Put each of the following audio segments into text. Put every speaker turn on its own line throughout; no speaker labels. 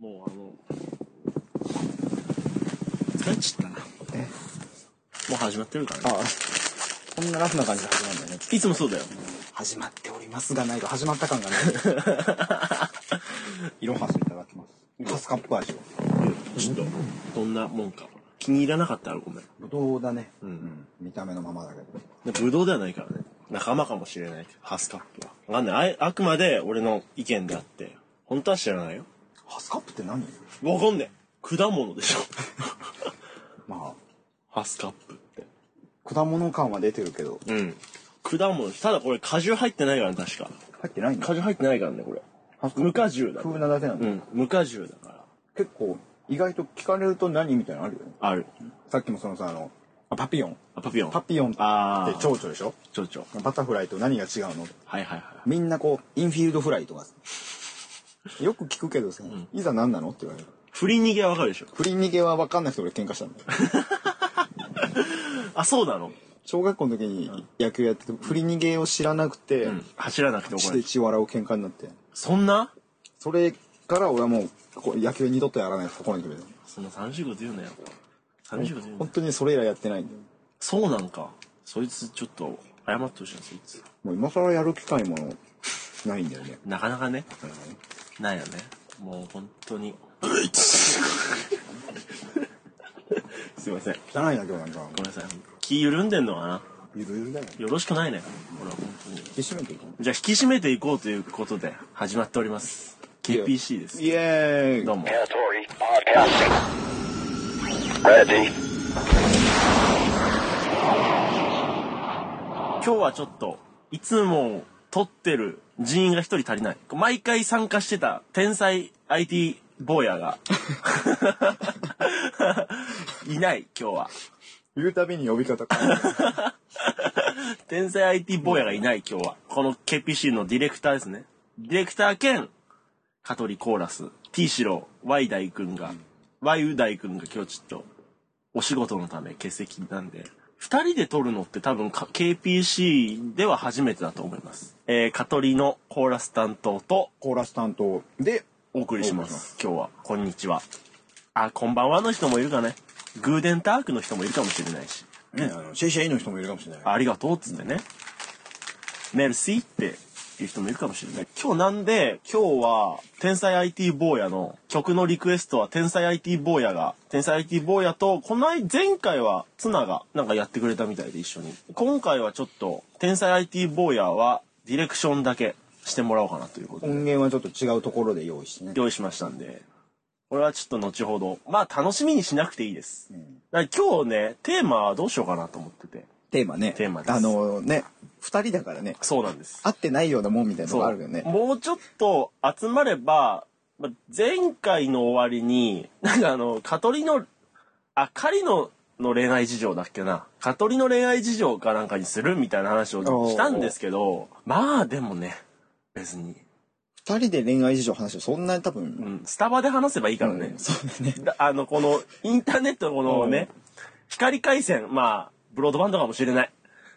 もうあの、疲れちゃったな。もう始まってるからね。
ああ。こんなラフな感じで始まるんだよね。
いつもそうだよ。
始まっておりますがないと始まった感 がない。いろはすいただきます。カスカップ味を。
ちょっと、どんなもんか。気に入らなかったらごめん。
ぶどうだね。
うん
見た目のままだけど。
でブドウではないからね。仲間かもしれない。ハスカップは。わかんない。ああくまで俺の意見であって。本当は知らないよ。
ハスカップって何
わかんねえ。果物でしょ。
ま
ハスカップって。
あ、果物感は出てるけど。
うん。果物。ただこれ果汁入ってないからね、確か。
入ってないんだ
果。汁入ってないからね、これ。
ハスカップ
無果汁だ。
風なだけなん
う
だ。
ん。無果汁だから。
結構、意外と聞かれると何みたいなのあるよね。
ある。
さっきもそのさ、あの、あパピヨン。
あパピヨン。
パピヨンって
あー
蝶々でしょ
ちょちょ。
バタフライと何が違うの
はいはいはい。
みんなこう、インフィールドフライとか。よく聞くけどさ、いざ何なのって言われる。
振り逃げはわかるでしょ。
振り逃げは分かんなくて俺喧嘩したんだよ。
あ、そうなの
小学校の時に野球やってて、振り逃げを知らなくて、
うん。走らなくて怒
血
られ
で
る。
血を洗う喧嘩になって。
そんな
それから俺はもう、こう野球二度とやらないと心に決めた。
そんな30言うなよ。30言うな
本。当にそれ以来やってないんだよ。
そうなんか。そいつちょっと謝ってほしいな、そいつ。
もう今更やる機会もないんだよね。
なかなかね。ないよね。もう本当に。すいません。
汚いな今日なんか。
ごめんなさい。気緩んでんのかな
ゆるゆるだよ。
よろしくないね。ほら、本当に。
引き締めていこう。
じゃあ引き締めていこうということで始まっております。KPC です。
イエーイ
どうも。
Territory podcasting. Ready.
今日はちょっと、いつも撮ってる人員が一人足りない。毎回参加してた天才 IT 坊やが、 いない、今日は。
言うたびに呼び方変わる。
天才 IT 坊やがいない、今日は。この KPC のディレクターですね。ディレクター兼、香取コーラス、T シロー、Y 大君が、Y ウ大君が今日ちょっと、お仕事のため欠席なんで、二人で撮るのって多分か KPC では初めてだと思います。えー、香取のコーラス担当と
コーラス担当で、
お送りします。今日は、こんにちは。あ、こんばんはの人もいるかね。グーデンタークの人もいるかもしれないし。
ね、あの、シェイシェイの人もいるかもしれない。
ありがとうっつってね。メルシーっていう人もいるかもしれない。今日なんで、今日は、天才 IT 坊やの曲のリクエストは天才 IT 坊やが、天才 IT 坊やと、この間、前回はツナがなんかやってくれたみたいで一緒に。今回はちょっと、天才 IT 坊やはディレクションだけしてもらおうかなということで、
音源はちょっと違うところで用意してね。
用意しましたんで、これはちょっと後ほど、まあ楽しみにしなくていいです。
ん
だから今日ね、テーマはどうしようかなと思ってて。
テーマね。
テーマです
あのね、二人だからね、
そうなんです。
会ってないようなもんみたいなのがあるよ
そう
ね。
もうちょっと集まれば、ま前回の終わりに、なんかあの、カトリの、あ、カリの、の恋愛事情だっけな。カトリの恋愛事情かなんかにするみたいな話をしたんですけど、まあでもね、別に、
二人で恋愛事情話をそんなに多
う
分、
ん、スタバで話せばいいからね。
そうだね。
だあの、この、インターネットのこのね、光回線、まあ、ブロードバンドかもしれない。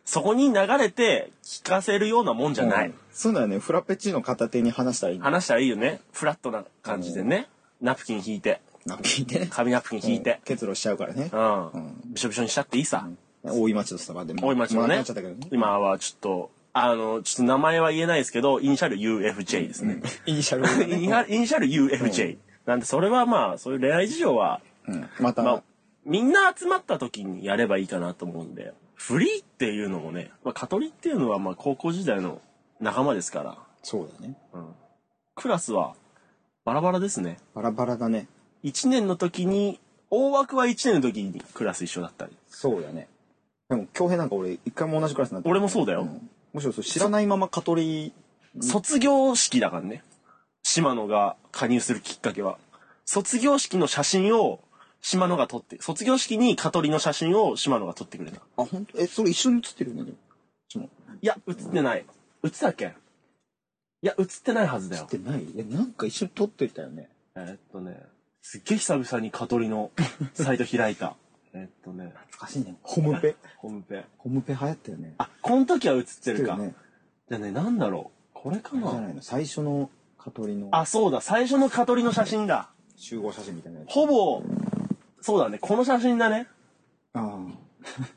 そこに流れて聞かせるようなもんじゃない。
うん。そういうのはね、フラペチーノ片手に話したらいいんだよ。
話したらいいよね。フラットな感じでね。ナプキン引いて、
ナピーでね。
紙ナプキン引いて、
結露しちゃうからね
う。ん。びしょびしょにしたっていいさ。
大井町のスタバでも。
大井町の
もら
ね
っちゃったけどね。
今はちょっと、あの、ちょっと名前は言えないですけど、イニシャル UFJ ですね。
イニシャルで
イニシャ
ね。
ルイニシャル UFJ。なんで、それはまあ、そういう恋愛事情は、
うんま
まあ
た、、
みんな集まった時にやればいいかなと思うんで、フリーっていうのもね、まあ、カトリっていうのはまあ、高校時代の仲間ですから、
そうだね。
クラスはバラバラですね。
バラバラだね。
1年の時に大枠は1年の時にクラス一緒だったり
そうだね。でも、京平なんか俺、一回も同じクラスになって
俺もそうだよ、
むしろそう知らないままカトリ
卒業式だからね島野が加入するきっかけは卒業式の写真を島野が撮って卒業式に香取の写真を島野が撮ってくれた
あ、本当え、それ一緒に写ってるよね、でも。その
いや写ってない写ったっけいや写ってないはずだよ
ってないえ、なんか一緒に撮ってたよね。
えーっとねすっげえ久々に香取 のサイト開いたえーっとね
おかしいね。ホム ペ。
ホームペ
ホムペ流行ったよね。
あこの時は写ってるか
だよね。
じゃあねなんだろうこれか
じゃ
な
ないの。最初のカトリの。
あ、そうだ、最初の香取の写真だ。
集合写真みたいなやつ。
ほぼ、そうだね、この写真だね。
ああ。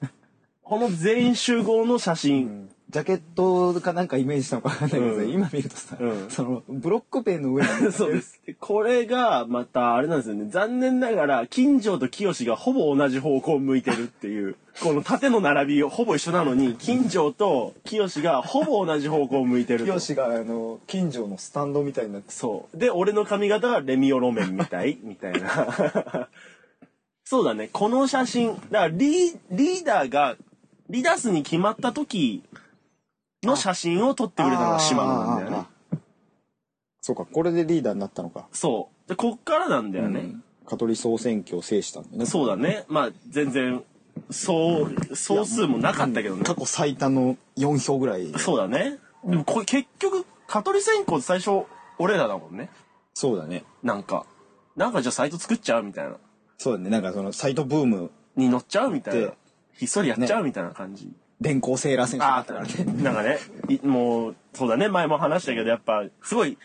この全員集合の写真。
ジャケットかなんかイメージしたのかわかんないけどさ、
うん
今見るとさ、
うん
そのブロックペンの 上に
そうです。でこれが、また、あれなんですよね。残念ながら、金城と清がほぼ同じ方向を向いてるっていう。この縦の並びをほぼ一緒なのに、金城と清がほぼ同じ方向を向いてると。
清があの近所のスタンドみたいになって
そう。で、俺の髪型がレミオロメンみたい みたいな。 そうだね。この写真。だからリー、リーダーが、リーダースに決まった時の写真を撮ってくれたのが島野なんだよね。
あーそうかこれでリーダーになったのか、
そう。で、こっからなんだよね。
香取総選挙を制したんだよね
そうだね。まあ、全然、そう、総数もなかったけどね。
過去最多の4票ぐらい
そうだね。でもこれ結局、蚊取り線香って最初、俺らだもんね。
そうだね
なんか。なんかじゃあサイト作っちゃうみたいな。
そうだねなんかそのサイトブーム
に乗っちゃうみたいな
で。
ひっそりやっちゃうみたいな感じ。
電光セーラー選手
あ
だ
あ
ったから
ー
ね
なんかね、いもう、そうだね、前も話したけど、やっぱ、すごい、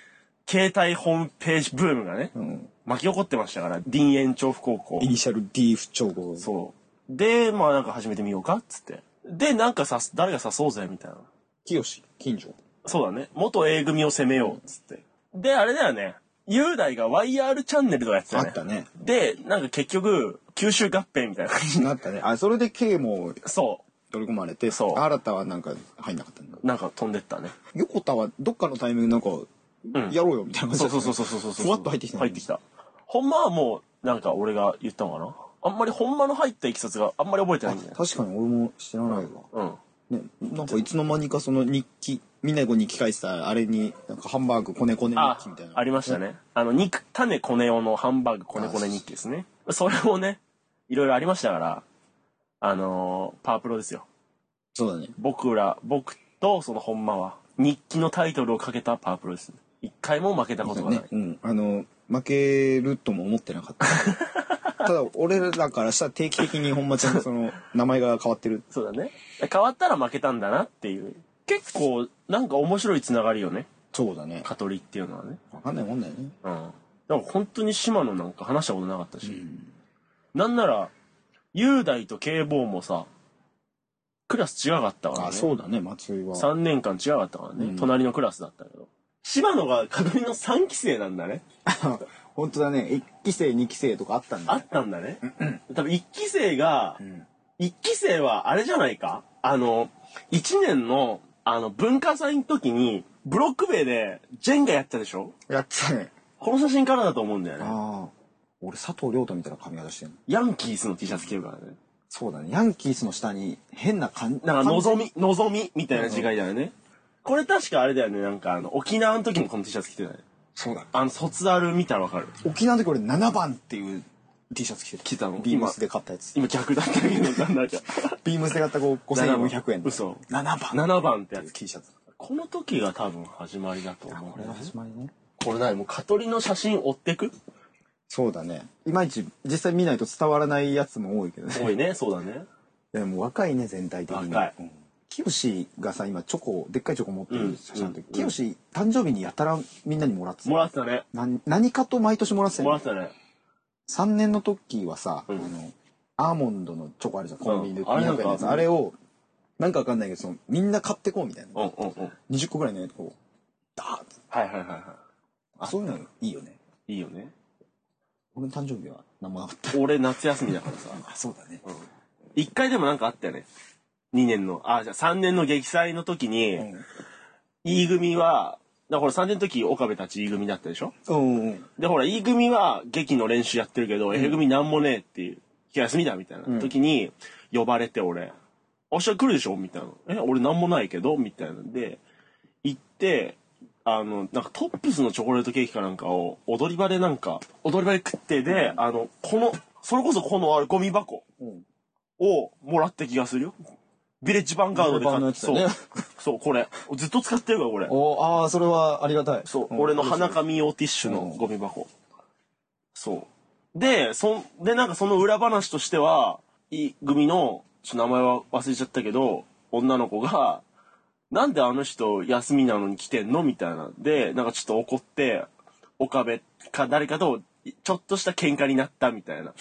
携帯ホームページブームがね、
ん
巻き起こってましたから、林園調布高校
イ。ニシャル D 不調合
そう。で、まあなんか始めてみようか、っつって。で、なんかさ、誰が誘おうぜ、みたいな。
清近所
そうだね。元 A 組を攻めよう、っつって。で、あれだよね。雄大が YR チャンネルとかやってた
あ
よね。
ったね
で、なんか結局、九州合併みたいな感じにな
なったねあそれで K も
そ
取り込まれて
そう
新たはなんか入んなかったんだ
う。なんか飛んでったね。
横田はどっかのタイミングなんかやろうよみたいな感じ
そ
だ
う
った
そうそうそ
ね
うそうそうそう。
ふわっと入ってきたね
入ってきた。ほんまはもう、なんか俺が言ったのかなあんまりほんまの入ったいきさつがあんまり覚えてないんだよ。
確かに俺も知らないわ、
うん。
ね、なんかいつの間にかその日記みんなでこう日記書いてたあれになんかハンバーグコネコネ
あ
日記みたいな、
ありましたね。あの、肉、種コネオのハンバーグコネコネ日記ですね。それもね、いろいろありましたから、あのーパワープロですよ。
そうだね
僕ら、僕とそのほんまは、日記のタイトルをかけたパワープロですね。一回も負けたことがない。
ねうんあの負けるとも思ってなかった ただ俺らからしたら定期的にほんまちゃんとその名前が変わってる
そうだね。変わったら負けたんだなっていう。結構、なんか面白いつながりよね。
そうだね
カトリっていうのはね。
わかんないもんだよね
うん。だから本当に島野なんか話したことなかったし。なんなら、雄大と警棒もさ、クラス違かったから
あ
ね。
そうだね松井は
3年間違かったからね。隣のクラスだったけど。島野が門取の3期生なんだね。
本当だね1期生2期生とかあったん
あ
だね
ったんだね。多分1期生が、1期生はあれじゃないかあの、1年の、あの、文化祭の時に、ブロック塀でジェンガやったでしょ
やってたね
この写真からだと思うんだよね。
ああ俺佐藤亮太みたいな髪型してる
ヤンキースの T シャツ着てるからね。
そうだねヤンキースの下に変な感じ
なんか、望み、望みみたいな違いだよね。これ確かあれだよね。なんか、あの、沖縄の時もこの T シャツ着てたね。
そうだ
あの、卒アル見たらわかる。
沖縄の時俺7番っていう T シャツ着てた
着てたの
ビームスで買ったやつ
今逆だったけど、なん だか。
ビームスで買ったこう5400円
嘘
7番
7番ってやつ
T シャツ
この時が多分始まりだと思う。
これが始まりね
これ何もう、カトリの写真追ってく
そうだねいまいち実際見ないと伝わらないやつも多いけどね
多いね、そうだね。
でも若いね全体的に
若い
うんきよしがさ今チョコでっかいチョコ持ってる写真の時
うん
きよし誕生日にやたらみんなにもらってた
もらってたね。
なん何かと毎年もらってた
も
よ
らっ
ね
てたね。
3年の時はさ、
ん
あのアーモンドのチョコあるじゃんコンビニで
うんあれなんか
200円のやつあれをなんかわかんないけどそのみんな買ってこうみたい
うん
な
うんうん。
20個ぐらいのやつこうダーって
はいはいはいは
あそういうのいいよね
い。いいよね。
俺の誕生日は何もなかった
俺夏休みだからさ。
あそうだね
一回でもなんかあったよね。2年の、あ、じゃあ3年の劇祭の時に、E 組は、だから3年の時岡部たち E 組だったでしょ
うんうんうん
で、ほら E 組は劇の練習やってるけど、F 組なんもねえっていう、気休みだみたいな時に呼ばれて俺、明日来るでしょみたいな。え、俺なんもないけどみたいなんで、行って、あの、なんかトップスのチョコレートケーキかなんかを踊り場でなんか、踊り場で食ってで、あの、この、それこそこのあれゴミ箱をもらった気がするよ。ビレッジヴァンガードで
ビレ
買
ッ
っ
ジ
た。
ヴァンガードの
そう
やつ。
そう、これ。ずっと使ってるから、これ。
おああそれはありがたい
そう、
ん
俺の鼻紙用ティッシュのゴミ箱。そう。で、そん、で、なんかその裏話としては、い組の、ちょっと名前は忘れちゃったけど、女の子が、なんであの人休みなのに来てんのみたいなんで、なんかちょっと怒って、岡部か誰かとちょっとした喧嘩になったみたいな。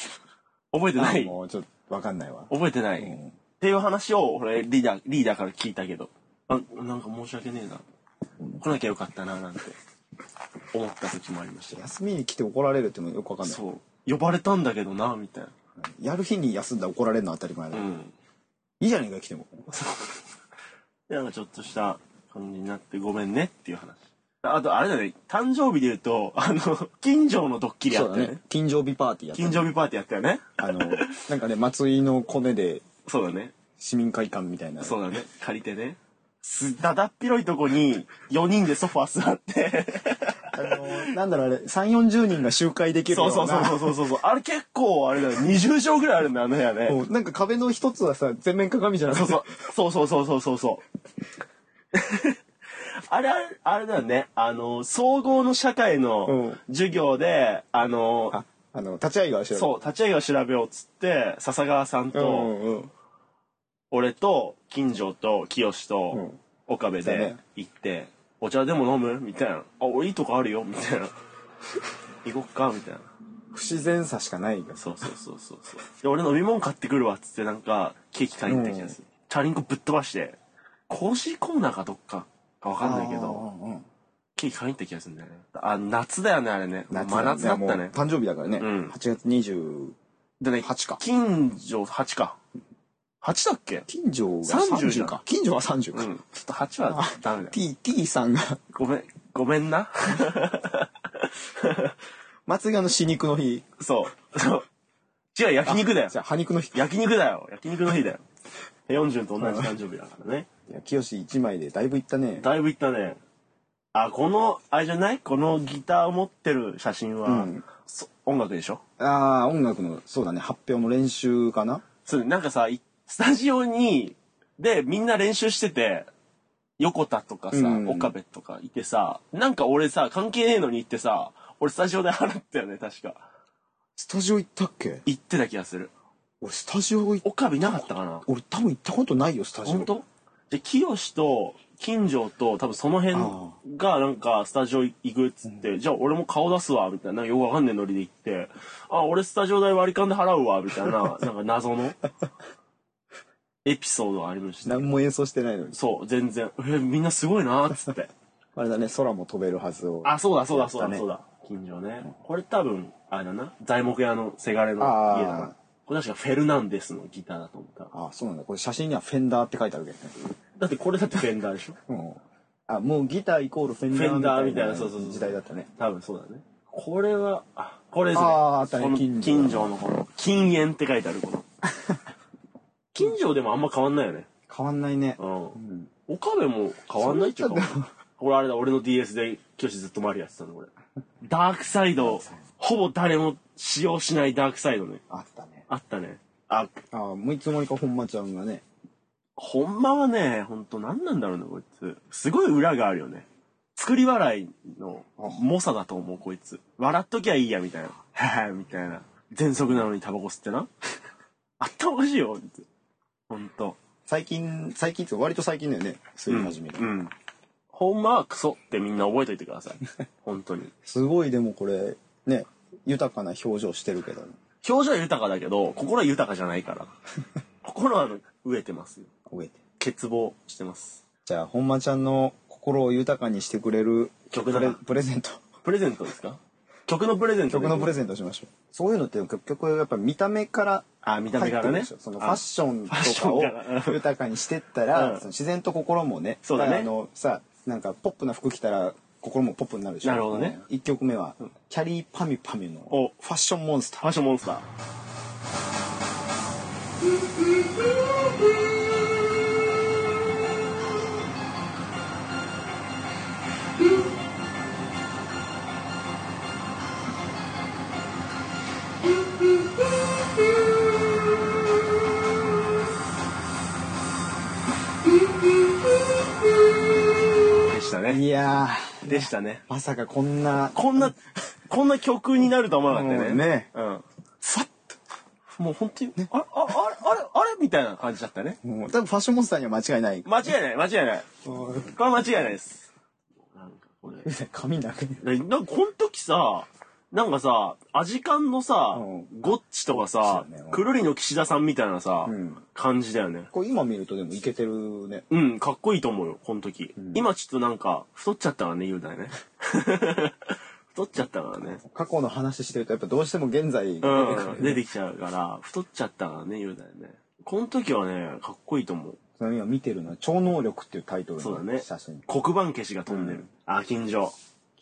覚えてな
あ
い
もうちょっとわかんないわ。
覚えてない、
うん
っていう話を、俺、リーダー、リーダーから聞いたけど。あ、なんか申し訳ねえな。来なきゃよかったな、なんて、思った時もありました。
休みに来て怒られるってもよくわかんない。
そう。呼ばれたんだけどな、みたいな。
やる日に休んだら怒られるのは当たり前だ。
う
い
ん。
いじゃねえか来ても。
でなんかちょっとした感じになってごめんねっていう話。あと、あれだね、誕生日で言うと、あの、近所のドッキリや
そう
った
だ
よね。
ね。近所日パーティーやったね
近所日パーティーやったよね。
あの、なんかね、松井のコネで
そうだね。
市民会館みたいな。
そうだね。借りてね。す、だだっ広いとこに4人でソファー座って。
あの、なんだろうあれ、3、40人が集会できるよ
そうう
な。
そうそうそうそうそう。あれ結構あれだね。20畳ぐらいあるんだよ、あの部屋ね。
もうなんか壁の一つはさ、全面鏡じゃなく
そう
て。
そう。そうそうそうそうそうそう。 あれ、あれだよね。あの、総合の社会の授業で、あの、
あ、あの、立ち会いがしよ
そう、立ち上げを調べようっつって、笹川さん
う。うん
と、
うんうん。
俺と、金城と、清
う
と
ん、
岡部
だ
で
ね
行って、お茶でも飲むみたいな。あ、俺いいとこあるよみたいな。行こっかみたいな。
不自然さしかないがさ。
そうそうそうそうそう。で、俺飲み物買ってくるわっつって、なんか、ケーキ買いに行った気がする。チャリンコぶっ飛ばして、コーシーコーナーかどっかかわかんないけど、
うんうん
ケーキ買いに行った気がするんだよね。あ、夏だよね、あれね。
夏
真夏だっ
いや
た
もう
ね。
誕生日だからね。
うん
8月20、
でね、
8か
近所、8か。8だっけ
近所が
30
30か。近所は30
う
か。
ん。ちょっと8はダメだ。
T、T さんが、
ごめん、ごめんな。
松屋の死肉の日。
そう。そう。違う、焼肉だよ
じ。ゃあ、破肉の日。
焼肉だよ。焼肉の日だよ。40と同じ誕生日だからね。
いや、清一枚でだいぶいったね。
だいぶいったね。あ、この、あれじゃないこのギターを持ってる写真は、
うん
そ音楽でしょ
ああ、音楽の、そうだね、発表の練習かな。
それなんかさ、いスタジオに、で、みんな練習してて、横田とかさ、
うん
岡部とかいてさ、なんか俺さ、関係ねえのに行ってさ、俺スタジオで払ったよね、確か。
スタジオ行ったっけ
行ってた気がする。
俺、スタジオ行っ
岡部いなかったかな
俺多分行ったことないよ、スタジオ。
本当で清と金城と多分その辺がなんかスタジオ行くっつって、じゃあ俺も顔出すわみたいななんかよくわかんねえノリで行ってあ俺スタジオ代割り勘で払うわみ たいななんか謎のエピソードがありました
何も演奏してないのに。
そう全然えみんなすごいなっつ って
あれだね、空も飛べるはずを。
あそうだそうだそうだ
ね
そうだ金城ねこれ多分あれだな材木屋のせがれの家だ
あー
なこれ確かフェルナンデスのギターだと思った
あそうなんだ。これ写真にはフェンダーって書いてあるけどね。
だってこれだってフェンダーでしょ
うん。あ、もうギターイコールフェン
フェンダ
ダ
ー
ー
み
み
た
た
いな
いな
そうそうそう
時代だったね。
多分そうだねこれはあこれですね
あーあったね
この
近所
近所のこの「禁煙」って書いてあるこ の近所でもあんま変わんないよね
変わんないね
う。
うんん。
岡部も変わんないっちゃ変わんない
そんな
これあれだ俺の DS で教師ずっと周りやってたの俺ダークサイドほぼ誰も使用しないダークサイドね
あったね。
あったねあ
あもういつの間にか本間ちゃんがね。
ほんまはねほんと何なんだろうねこいつすごい裏があるよね作り笑いの猛者だと思うこいつ笑っときゃいいやみたいな「ははみたいな喘息なのにタバコ吸ってな あったおかしいよこいつほんと
最近、最近っていうか割と最近だよね。吸い始めた。
うんほんまはクソってみんな覚えといてください 本当に
すごいでもこれ、ね、豊かな表情してるけどね。
表情は豊かだけど心は豊かじゃないから 心はあの飢えてますよ
覚えて。
欠乏してます
じゃあ、本間ちゃんの心を豊かにしてくれる
曲だ
プ
な
レプレゼント。
プレゼントですか曲のプレゼント
曲のプレ
ン
ゼントしましょう。そういうのって結局やっぱ見た目から
あ見た目から
入ってる
ね
でしょそのフ
あ
ァッションとか
ファッションか
を
ら
豊かにしてった
うん
ら、その自然と心もね、
そうだね
あのさ、なんかポップな服着たら心もポップになるでしょ。
なるほどね
1曲目は、キャリーパミュパミュ
お
のファッションモンスタ
ファッションモンスターでした
ー。
ね
いや
でしたね
ー、まさかこんな、
こんな、こんな曲になるとは思わなかった
う
ね。
んね
うん。ふわっと。もう本当に、あれ、ああれ、あれ、あれみたいな感じだったね。
もう多分ファッションモンスターには間違 いない。
間違いない、間違いない。これは間違いないです。なんかこれ。
髪なくね。
なんかこの時さ、なんかさ、アジカンのさ
う、ん
ゴッチとかさ
そうだよね、
くるりの岸田さんみたいなさ
うん、
感じだよね。
これ今見るとでもいけてるね。
うん、かっこいいと思うよ、この時。今ちょっとなんか、太っちゃったからね、雄大ね。 太っちゃったからね。
過去の話してるとやっぱどうしても現在が出てく
うん、
る
出てきちゃうから、太っちゃったからね、雄大ね。この時はね、かっこいいと思う。
その今見てるのは「超能力」っていうタイトル
そうだね
の写真、。
黒板消しが飛んでる。あ、近所。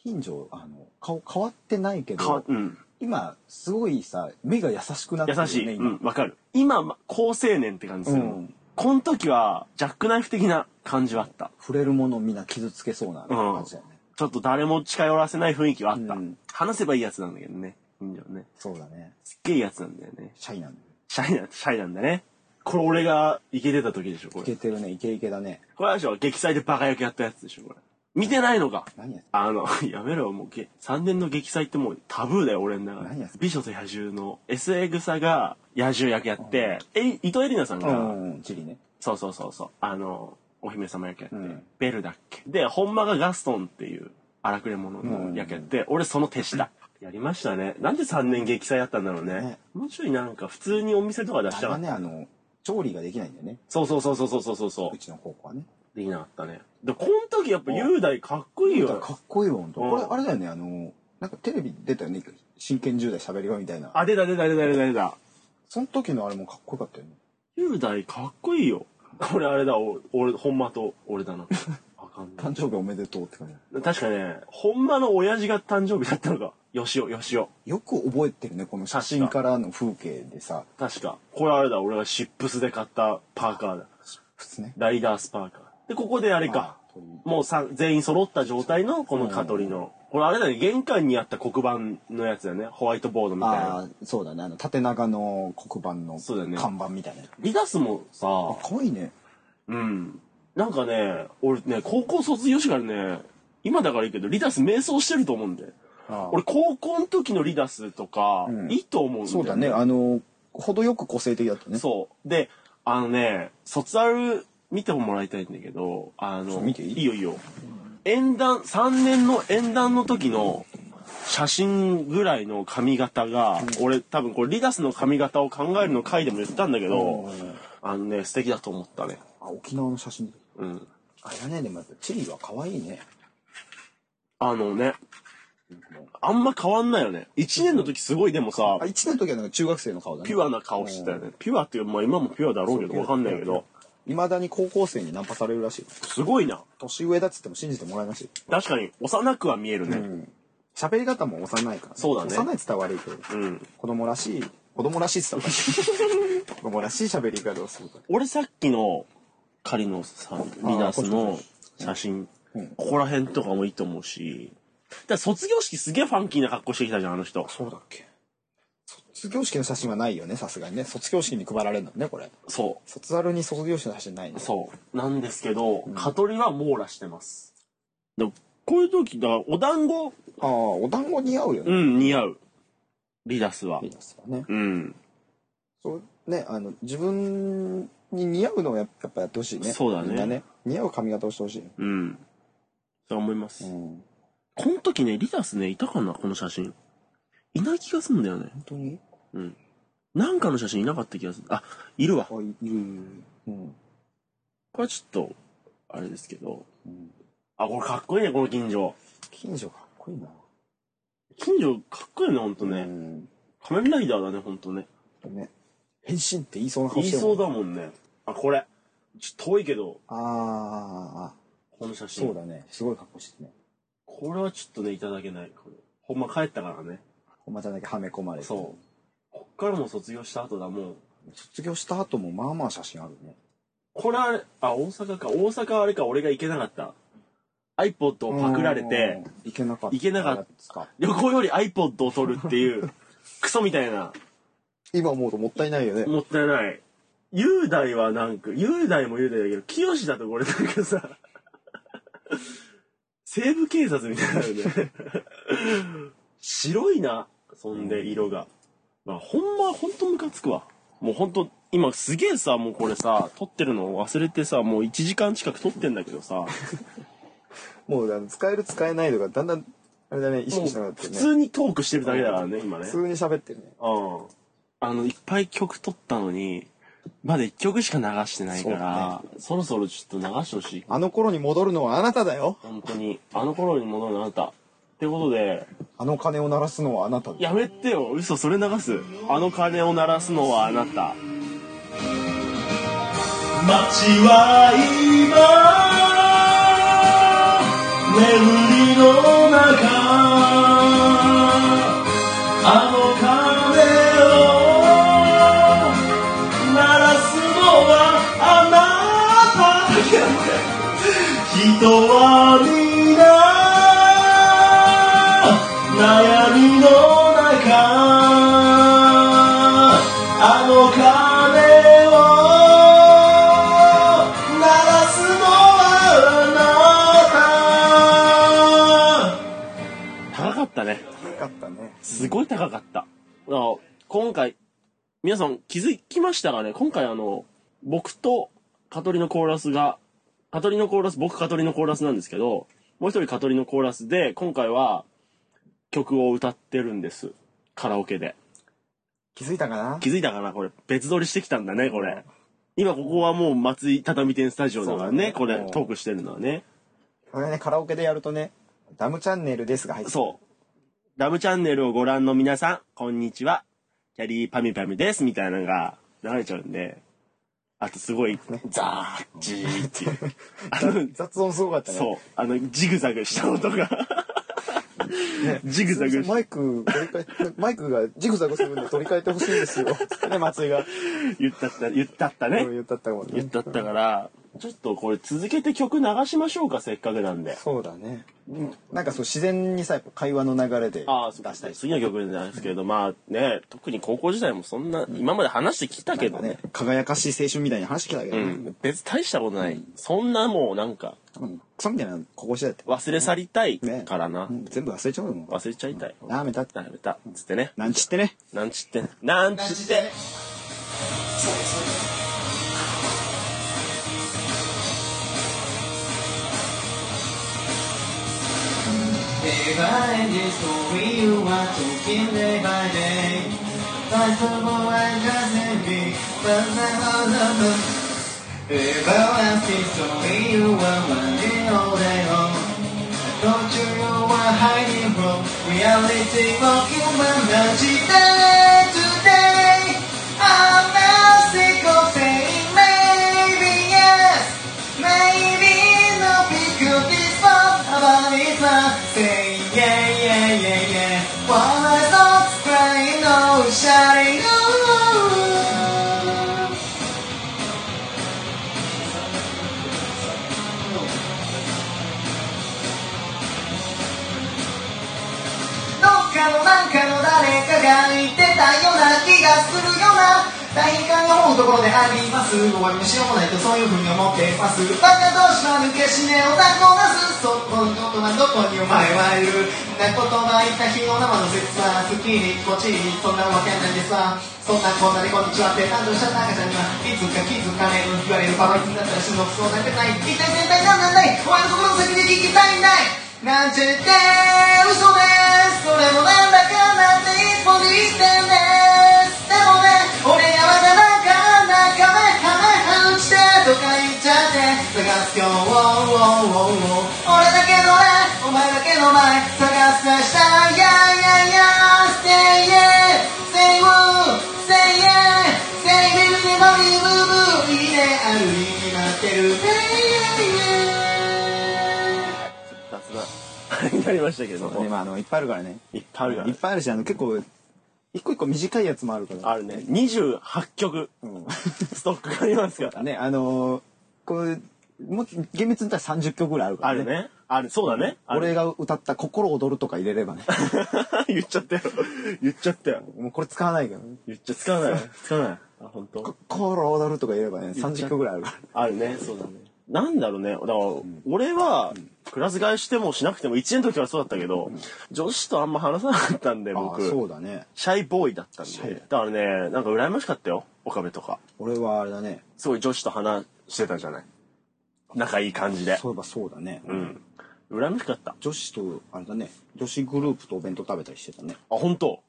近所あの顔変わってないけ
か
ど、
うん。
今すごいさ目が優しくなってるよ
優
ね
しい。う
今、
ん、わかる。今、ま高青年って感じする。
うん
この時は、ジャックナイフ的な感じはあった。
触れるものみんな傷つけそうな感じだよね、
ちょっと誰も近寄らせない雰囲気はあった。
うん
話せばいいやつなんだけどね。近所ね。
そうだね
すっげえいいやつなんだよね。
シャイなんだよ
シャイな、シャイなんだね。これ俺がイケてた時でしょ、こ
い
れ
け。てるねイケイケだね
これあれでしょ、劇祭でバカ焼きやったやつでしょ、これ。見てないのか。
何やって
あの、 やめろよ、もうげ、3年の劇祭ってもうタブーだよ、俺の中
何
で
や。
美女と野獣の SA 草が野獣役やって、え、伊藤エリナさん
う
が、
んうんチリね
そうそうそうそう。あの、お姫様役やって、
うん
ベルだっけ。で、ほんまがガストンっていう荒くれ者の役やって、俺その手下。やりましたね。なんで3年劇祭やったんだろうね。
ね
もうちょいなんか普通にお店とか出し
あ
た
れ
ら、
はねあの調理ができないんだよね
そうそうそうそうそうそうそうそう
ちの高校はね
う。できなかったね。で、この時やっぱ雄大かっこいい
だから
よ。
かっこいいわほんと
うん
これあれだよねあのなんかテレビ出たよね真剣10代喋り場みたいな
あ、出た出た出た出た出た。
その時のあれもかっこよかったよね
雄大かっこいいよ。これあれだ、お俺、ほんまと俺だな。あかんな
誕生日おめでとうって感じ
確かね、ほんまの親父が誕生日だったのか。よしお、よしお。
よく覚えてるねこの写真からの風景でさ
確か。これあれだ、俺がシップスで買ったパーカーだ。
普通ね
ライダースパーカー。で、ここであれか。
あ鳥
もうさ全員揃った状態の、このカトリの。これあれだね、玄関にあった黒板のやつだよね。ホワイトボードみたいな。
ああそうだねあの縦長の黒板の
そうだよね
看板みたいな、
リダスもさ、
あかわいいね
うん。なんかね、俺ね、高校卒業してからね、今だからいいけど、リダス迷走してると思うんで。
あ
俺、高校の時のリダスとか、
ん
いいと思うんだよ、
そうだねあの程よく個性的だったね
そう。で、あのね、卒アル見てもらいたいんだけど、あ
ちょ
の、
見ていい
いよいいよ。演談、3年の演談の時の写真ぐらいの髪型が、俺多分これリダスの髪型を考えるの回でも言ったんだけど、あのね、素敵だと思ったね。
あ沖縄の写真
うん。
あれだねでもやっぱチリは可愛いね
あのね、あんま変わんないよね。1年の時すごいでもさ
あ1、年の時はなんか中学生の顔だね
ピュアな顔してたよね。ピュアっていう、まあ今もピュアだろうけど、わかんないけど、
いまだに高校生にナンパされるらしい
すごいな。
年上だっつっても信じてもらえないし
確かに、幼くは見えるね。
喋り方も幼いから、
そうだね
幼いっつったら悪いけど、
ん
子供らしい子供らしいっつったら悪い 子供らしい喋り方をするから
俺さっきの仮のさリナスの写真、ここら辺とかもいいと思うしだから卒業式すげえファンキーな格好してきたじゃんあの人
そうだっけ卒業式の写真はないよねさすがにね卒業式に配られるのねこれ
そ
卒アルに卒業式の写真ないね
うそうなんですけど、蚊取りは網羅してますでこういう時だからお団子
ああお団子似合うよ
う
ね、
ん似合うリダスはい
いですよね
うん、
そうねあの自分に似合うのをややっぱやってほしいね
そうだね
みんなね似合う髪型をしてほしい、
うんそう思います、
うん、本
この時ねリダスねいたかなこの写真いない気がするんだよね
当に
なんかの写真いなかった気がするあいるわ
あいるうん
これちょっと、あれですけど。
ん
あ、これかっこいいね、この近所。
近所かっこいいな
近所かっこいいね、ほんと
う
ね。
ん
仮面ライダーだね、ほんとね。
ね変身って言いそうな顔
言
し
い
てる
そ
も
うんだもんね。あ、これ。ちょっと遠いけど、
ああ
この写真。
そうだねすごい格好してるね
これはちょっとね、いただけない。これほんま帰ったからね。
おまただけはめ込まれて
そう。こっからもう卒業した後だ、もう。
卒業した後もまあまあ写真あるね
これあれ、あ、大阪か。大阪あれか、俺が行けなかった。iPod をパクられて、
うんいけなかった
いけなかった旅行より iPod を取るっていう、クソみたいな。
今思うともったいないよね
もったいない。雄大はなんか、雄大も雄大だけど、清だとこれなんかさ、西部警察みたいなよね。白いな、そんで色が。まあ、ほんま、ほんとムカつくわ。もうほんと、今すげえさ、もうこれさ、撮ってるの忘れてさ、もう1時間近く撮ってんだけどさ、
もうあの使える使えないとかだんだんあれだね、意識しなか
も
っ
う
た
普
よね。
通にトークしてるだけだからね、今ね
普。通に喋ってるね。
うん。あの、いっぱい曲撮ったのに、まだ一曲しか流してないから、そろそろちょっと流してほしい。
あの頃に戻るのはあなただよ。
本当に。あの頃に戻るのあなた。ってことで、
あの鐘を鳴らすのはあなただ。
やめてよ。嘘、それ流す。あの鐘を鳴らすのはあなた。街は今、眠りの中、あの鐘を、鳴らすのはあなた人は皆悩みの中あの鐘を鳴らすのはあなた高かったね
よかったね。
すごい高かった。あの今回、皆さん気づきましたかね今回あの、僕とカトリのコーラスが、カトリのコーラス、僕カトリのコーラスなんですけど、もう一人カトリのコーラスで、今回は曲を歌ってるんです。カラオケで。
気づいたかな
気づいたかなこれ。別撮りしてきたんだね、これ。今ここはもう松井畳店スタジオだからね、
そ
こ
うだ
れ
ね
トークしてるのはね。
これね、カラオケでやるとね、ダムチャンネルですが入って
そう。ラブチャンネルをご覧の皆さん、こんにちは。キャリーパミュパミュです。みたいなのが流れちゃうんで。あとすごい、ザーッジーって いう。あの、
雑音すごかったね。
そう。あの、ジグザグした音が。 ジグザグ
マイク取り替え、マイクがジグザグするんで取り替えてほしいんですよ。 ね、松井が。
言ったった、言ったったね。
言ったったもんね。
言ったったから、ちょっとこれ続けて曲流しましょうか、せっかくなんで。
そうだね。なんかそう、自然にさ、やっぱ会話の流れで
ああ、
出
そうか
したり
次の曲なんですけれど、まあね、特に高校時代もそんな、今まで話してきたけど
ね
ね。、
輝かしい青春みたいに話してきたけど
う
ね。
ん、別に大したことない、そんなもうなんか
うん。クソみたいな、ここしだって。
忘れ去りたい
ね
からな、
うん全部忘れちゃうもん。
忘れちゃいたい
ラーメンだって
ダメだつってね
なんちってね。
なんちってなんちって
手が演じそういうは talking day by day 最初も愛が全部だんだんだんだん Ever after story you are running all day long Don't you know we're hiding from reality walking around the today today I'm now sick of saying maybe yes Maybe no big good is fun about it's love Saying yeah yeah yeah yeah While I stop crying oh shouting oh「どっかのなんかの誰かが言ってたような気がするような」「大会の思うところであります」「終わりもしようもないとそういうふうに思っています」「バカ同士は抜けしねをたこなす」「そこのことはどこにお前はいる」「な言葉言った日の生の説は好きにこっちにそんなわけないですわ」そんなこんなでこんにちはって誕生した中ちゃんにはいつか気づかれる言われるパパになったらしんどくそうなんてない一体全体なんなんだいお前の心の先で聞きたいんだいなんちゅって嘘ですそれもなんだかなんて一歩で言ってんですでもね俺がまたなんか仲間に羽打ちてとか言っちゃって探すよ wow, wow, wow, wow 俺だけのねお前だけの前探す明日 Yeah yeah yeah Stay yeah Stay woo Stay yeah Stay live live live live いいねある意味なってる Yeah yeah yeah
雑な になりましたけど
そうね、
も
まあ、あの、いっぱいあるからね。
いっぱいあるから
いっぱいあるし、あの、結構、一個一個短いやつもあるから。
あるね28曲、ストックがありますから
ね、あのーこれ、もう厳密に言ったら30曲ぐらいあるか
あ
らね。
るねあるそうだね、あ
俺
れ
が歌った「心躍る」とか入れればね
言っちゃったよ言っちゃったよ
もうこれ使わないけどね
言っちゃ使わない使わないあ本当
「心躍る」とか入れればね30曲ぐらいあるから
あるね、そうだね。なんだろうね。だから、俺は、クラス替えしてもしなくても、1年の時はそうだったけど、女子とあんま話さなかったんで、
あそ
僕。
うだね
シャイボーイだったんで。だからね、なんか羨ましかったよ、岡部とか。
俺はあれだね
すごい女子と話してたじゃない。仲いい感じで。
そういえばそうだね
うん。羨ましかった。あ、
女子とあれだね女子グループとお弁当食べたりしてたね
本当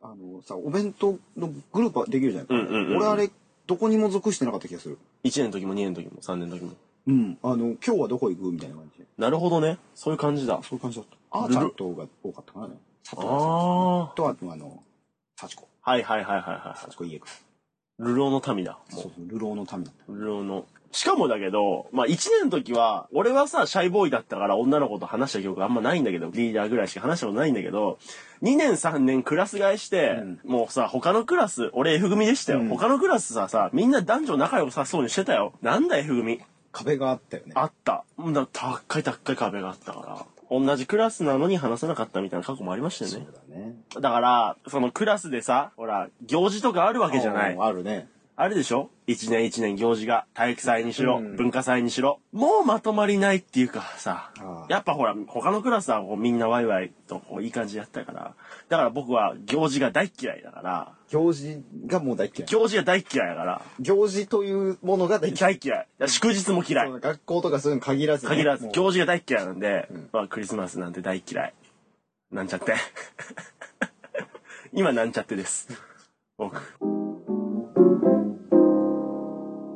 あのさお弁当のグループはできるじゃない
うんうんうん
俺あれどこにも属してなかった気がする
?1 年の時も2年の時も3年の時も。
うんあの今日はどこ行くみたいな感じで
なるほどね。そういう感じだ。
そういう感じだったあー
ル
ち
ル
ゃんとが多かったからね佐藤
ああ。
とあとあの幸子
はいはいはいはいは
幸子家か
い。流浪の民だ。も
そうそう流浪の民だった
う流浪の。しかもだけど、まあ1年の時は、俺はさ、シャイボーイだったから女の子と話した記憶あんまないんだけど、リーダーぐらいしか話したことないんだけど、2年3年クラス替えして、もうさ、他のクラス、俺 F 組でしたよ。他のクラスさ、さ、みんな男女仲良さそうにしてたよ。なんだ F 組。
壁があったよね
あった。な高い高い壁があったから。同じクラスなのに話せなかったみたいな過去もありましたよね
そう。だね
だから、そのクラスでさ、ほら、行事とかあるわけじゃない
あ。ーあるね
あるでしょ一年一年行事が、体育祭にしろ、
うん
文化祭にしろ。もうまとまりないっていうかさ
あ、ー
やっぱほら、他のクラスはこうみんなワイワイとこういい感じだったから。だから僕は行事が大っ嫌いだから、
行事がもう大嫌い
行事が大っ嫌いだから、
行事というものが大嫌い
大っ嫌い。いや祝日も嫌い
そ。う学校とかそういうの限らずね
限らず
もう
行事が大っ嫌いなんで、まあクリスマスなんて大っ嫌いなんちゃって 今なんちゃってです僕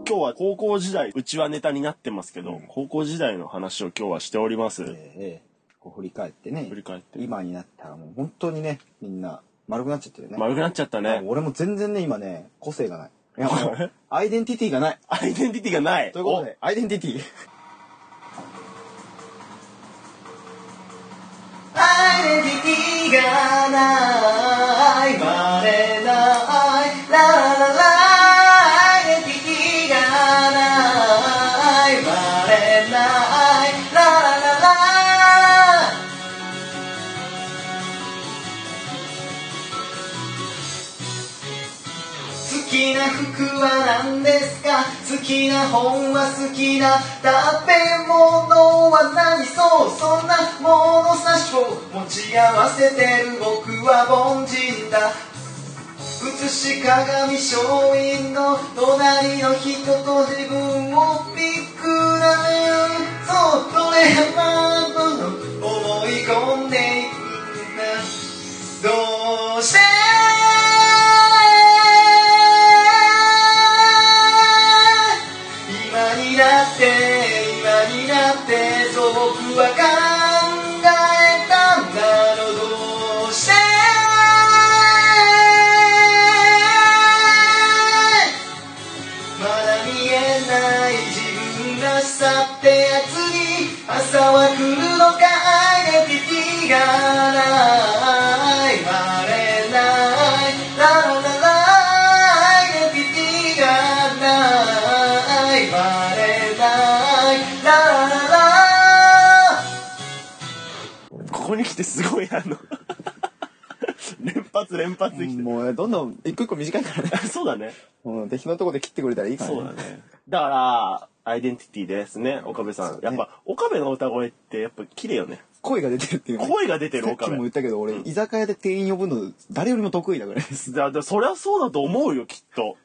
今日は高校時代うちはネタになってますけど、高校時代の話を今日はしております、
ええええこう振り返ってね
振り返って
今になったらもう本当にねみんな丸くなっちゃってるよね
丸くなっちゃった
あ
ね
俺も全然ね今ね個性がないいやも
あれ
うアイデンティティがない
アイデンティティがない
ということでアイデンティティ
アイデンティティがないバレないララララアイデンティティがないバレないララララ好きな服は何ですか好きな本は好きな食べ物は何そうそんな物差しを持ち合わせてる僕は凡人だ映し鏡ショーインの隣の人と自分を見比べるそうどれはもの思い込んでいくんだどうして今になって今になってそう僕は考えたんだろうどうしてまだ見えない自分らしさってやつに朝は来るのかアイデンティティがないバレないララララアイデンティティがないバレないララララ
ここに来てすごいあの 連発連発できて、
もうどんどん一個一個短いから ね
そうだね
うんで日のとこで切ってくれたらいいから
そうだね。だから、アイデンティティですね、岡部さん。やっぱ、岡部の歌声ってやっぱ綺麗よね。
声が出てるっていうね
声が出てる
さっ
岡
きも言
部
っ。たけど俺居酒屋で店員呼ぶの誰よりも得意だからね
だだそりゃそうだと思うよ、きっと。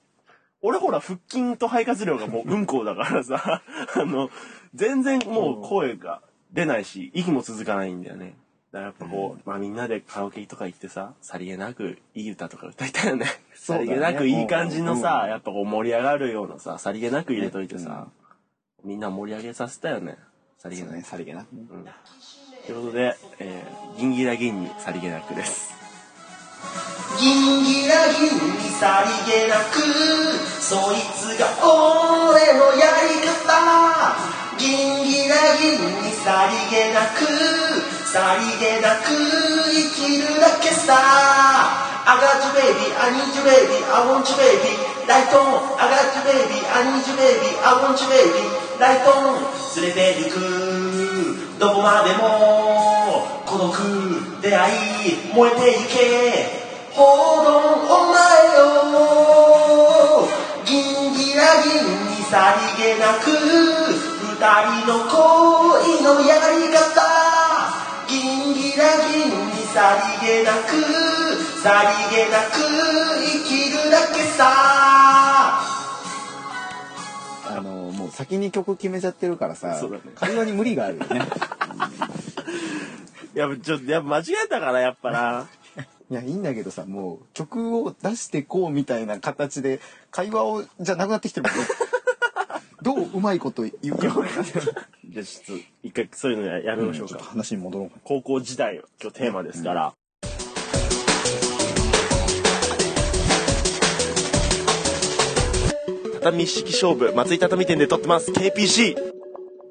俺ほら、腹筋と肺活量がもううんこだからさ、 あの、全然もう声が出ないし、息も続かないんだよね。だからやっぱこう、まあみんなでカラオケとか行ってさ、さりげなくいい歌とか歌いたいよね。
そ
さ
うだ
り
ね
げなくいい感じの
う
さ、
ん
やっぱこう盛り上がるようなさ、さりげなく入れといてさ、みんな盛り上げさせたよね。さりげ
そう
な
だ
く
ね。さりげなくね
ということで、えー、ギンギラギンにさりげなくです。
ギンギラギンにさりげなくそいつが俺のやり方ギンギラギンにさりげなくさりげなく生きるだけさ I got you baby, I need you baby, I want you baby Light on I got you baby, I need you baby, I want you baby Light on 連れて行くどこまでも孤独出会い燃えていけ Hold on, お前よギンギラギンにさりげなく二人の恋のやり方ギンギラギンにさりげなくさりげなく生きるだけさ
あのもう先に曲決めちゃってるからさ
そうだね
会話に無理があるよねうん
やっぱちょっと、やっぱ間違えたから、やっぱ な。
いやいいんだけどさもう曲を出してこうみたいな形で会話をじゃなくなってきてる もんどううまいこと言うか
じゃあちょっと、一回そういうのやめましょう
ちょ
か
っと。話に戻ろうか
高校時代を今日テーマですから。畳式勝負、松井畳店で撮ってます。KPC!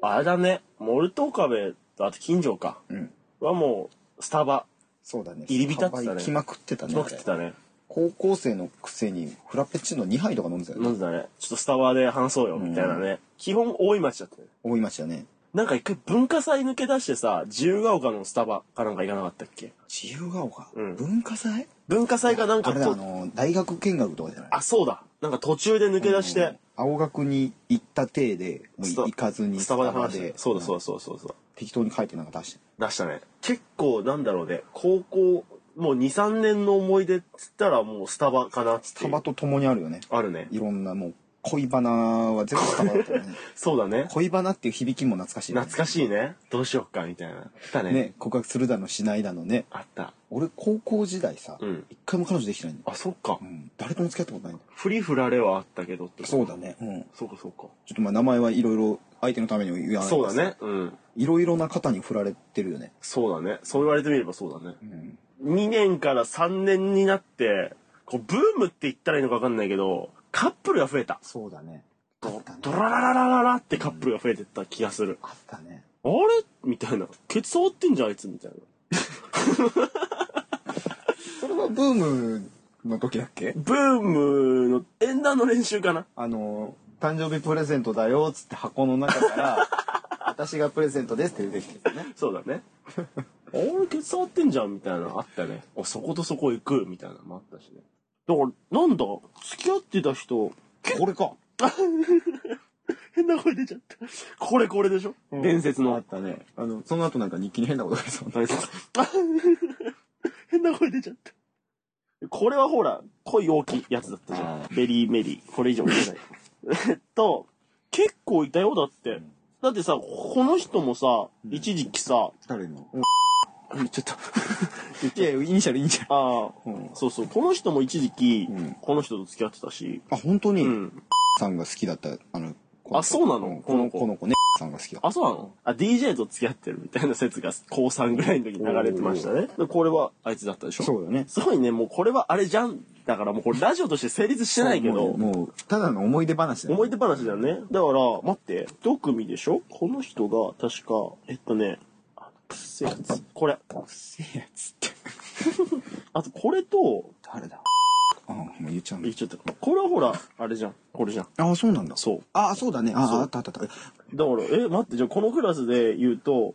あれだね、モルトーカベとあと近所か。
ん
はもう、スタバ、
そうだね
入り浸ってたね
販売来まくってたね
飲ってたね。
高校生のくせにフラペチーノ2杯とか飲んでたよ
飲
ね
んでたね。ちょっとスタバで話そうよ、みたいなね。基本大井町だったね。
思いましたね
なんか一回文化祭抜け出してさ、自由が丘のスタバかなんか行かなかったっけ
自由が丘、
うん
文化祭
文化祭かなん
あ
か
れだあ
と、
の大学見学とかじゃない
あ、そうだ。なんか途中で抜け出して、
青学に行った体でもう
スタ
行かずに
スタバで話してそうだそう
う
だそうだそうだ
適当に書いてなんか出して
出したね結構なんだろうね高校もう23年の思い出っつったらもうスタバかなっつっ
スタ
て
バと共にあるよね
あるね
いろんなもう恋バナは全部スタバだったよ ね
そうだね
恋バナっていう響きも懐かしいよね、
懐かしいねどうしよっかみたいな来たね
ね告白するだのしないだのね
あった
俺高校時代さ、
うん
一回も彼女できてないんだよ、
あそっか、
うん、誰とも付き合ったことないんだよ
フリフラレはあったけどってこと
そうだね、うん、
そうかそうか
ちょっとまあ名前はいろいろ相手のためには言わない
そうだ
ね
ねうん
いろいろな方に振られてるよね、
そうだねそう言われてみればそうだね
うん、
2年から3年になってこうブームって言ったらいいのか分かんないけどカップルが増えた
そうだねあっ
ド
たね
ドララララララってカップルが増えてった気がする、
あったね
あれみたいな。ケツ触ってんじゃん、あいつ、みたいな。
それはブームの時だっけ
ブームの、演談の練習かな
あの誕生日プレゼントだよっつって箱の中から 私がプレゼントですって出てきてたね
そうだね。あれ、ケツ触ってんじゃん、みたいな。あったね。あそことそこ行く、みたいなのもあったしね。だから、なんだ、付き合ってた人、
これか
変な声出ちゃった。これこれでしょ、伝説
あ
の
っ。たねあのその後なんか日記に変なことがそう
あ 変な声出ちゃった。これはほら、恋大きいやつだったじゃん。ベリーメリー。これ以上言えない。えっと、結構いたよ、だって。だってさ、この人もさ、一時期さ、
誰の
ちょっと、
いやいやイニシャルイニシャル
ああ、
うん
そうそう、この人も一時期、
うん
この人と付き合ってたし、
あ本当に、
うん。
さんが好きだったあの子
あそうなの
んこ
この
の
子
この子ねさんが好きだ
あ、そうなのあ、DJ と付き合ってるみたいな説が高3ぐらいの時に流れてましたね。でこれはあいつだったでしょ
そうだね
すごいね、もうこれはあれじゃん。だからもうこれラジオとして成立してないけ
も
ど
う、もうただの思い出話だよ
思い出話だよね。だから、待って、一組でしょこの人が、確か、えっとね、あくっせえやつ。これ。
うっせえやつって
あと、これと、
誰だあもう言っちゃうんだ
言っちゃった。これはほら、あれじゃん。これじゃん。
あそうなんだ
そう。
あそうだね
そう
ああったあったあった
だから、え、待って、じゃあこのクラスで言うと、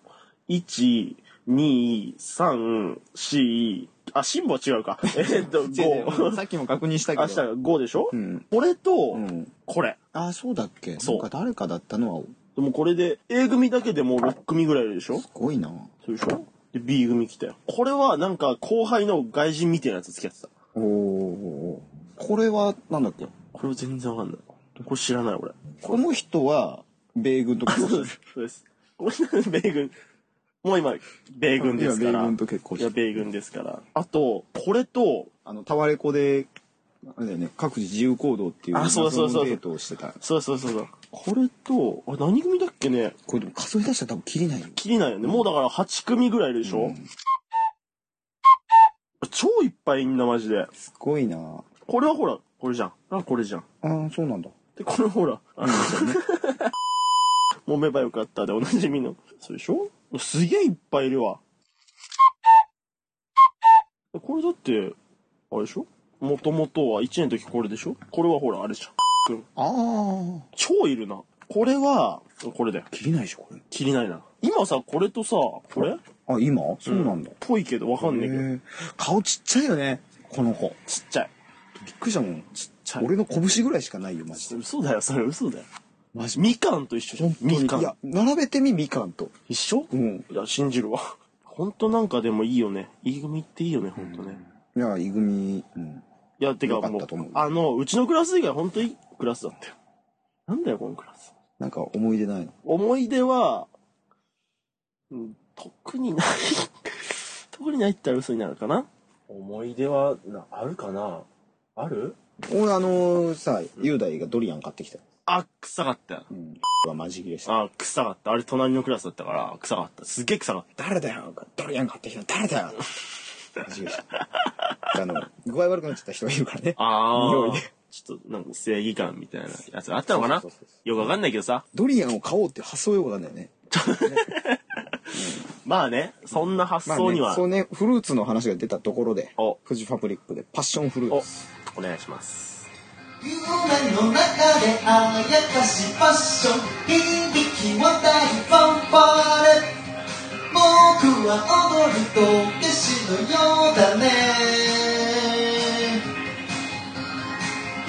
1、2、3、4、あ、辛抱は違うか。えっと、
違う違う
5。
さっきも確認したけど
明日が5でしょ、
うん
これと
うん、
これ。
あそうだっけ
そう
なんか誰かだったのは
でもこれで A 組だけでもう6組ぐらいいるでしょ
すごいな
そうでしょで B 組来たよ。これはなんか後輩の外人みたいなやつ付き合ってた。
おーおーこれはなんだっけ
これ全然わかんない。これ知らない俺。
この人は米軍とか
そうです。そうです。これ 米軍。もう今、米軍ですから。
今米軍と結婚
い
して
や、米軍ですから。あと、これと、
あの、タワレコで、あれだよね、各自自由行動っていう
あそうそうそう
謎のデートをしてた。
そうそうそうそう。これと、あれ何組だっけね
これでも数え出したら多分切りないよ。
切りないよね。もうだから8組ぐらいいるでしょ、超いっぱいいんな、マジで。
すごいなあ
これはほら、これじゃん。あ、これじゃん。
あ、そうなんだ。
で、これほら、あの、揉めばよかったで、おなじみの。そうでしょすげえいっぱいいるわ。これだって、あれでしょもともとは1年の時これでしょこれはほら、あれじゃん。
ああ。
超いるな。これは、これだよ。
切りないでしょ、これ。
きりないな。今さ、これとさ、これ
あ、今そうなんだ。
ぽいけど、わかんねえけど。
へえ顔ちっちゃいよね、この子。
ちっちゃい。
びっくりしたもん。ちっ
ちゃい
俺の拳ぐらいしかないよ、マジで。
嘘だよ、それ嘘だよ。
マジ
みかんと一緒じゃん。みか
い
ん
や。、並べてみ、みかんと。
一緒
うん
いや、信じるわ。ほんとなんかでもいいよね。いい組っていいよね、ほんとね。
いや、いぐみ、うん。
いや、てか
よか
も
ったと
う、
思う
あの、うちのクラス以外ほんといいクラスだったよ。なんだよ、このクラス。
なんか思い出ないの。
思い出は、うん特にない 特にないって言ったら嘘になるかな思い出はなあるかなある
俺あのさ雄大がドリアン買ってきたよ、
あ臭かったよ
うん、はマジ切れした
あ臭かったあれ隣のクラスだったから臭かったすげえ臭かった
誰だよドリアン買ってきた誰 だよマジ切れしたあの具合悪くなっちゃった人がいるからね
ああ
匂いで
ちょっとなんか正義感みたいなやつあったのかな
そうそうそうそ
よくわかんないけどさ
ドリアンを買おうって発想よくわかんないよね
まあねそんな発
まあ
想に
ね
は、
そうねフルーツの話が出たところで
お
フジファブリックでパッションフル
お
ーツ
お願いします
夢の中であやかしファッション響き渡りパンパレ僕は踊ると弟子のようだね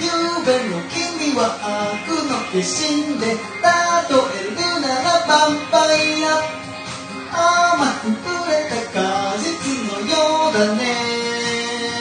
夕べの君は悪の化身で例えるならバンパイア甘く触れた果実のようだね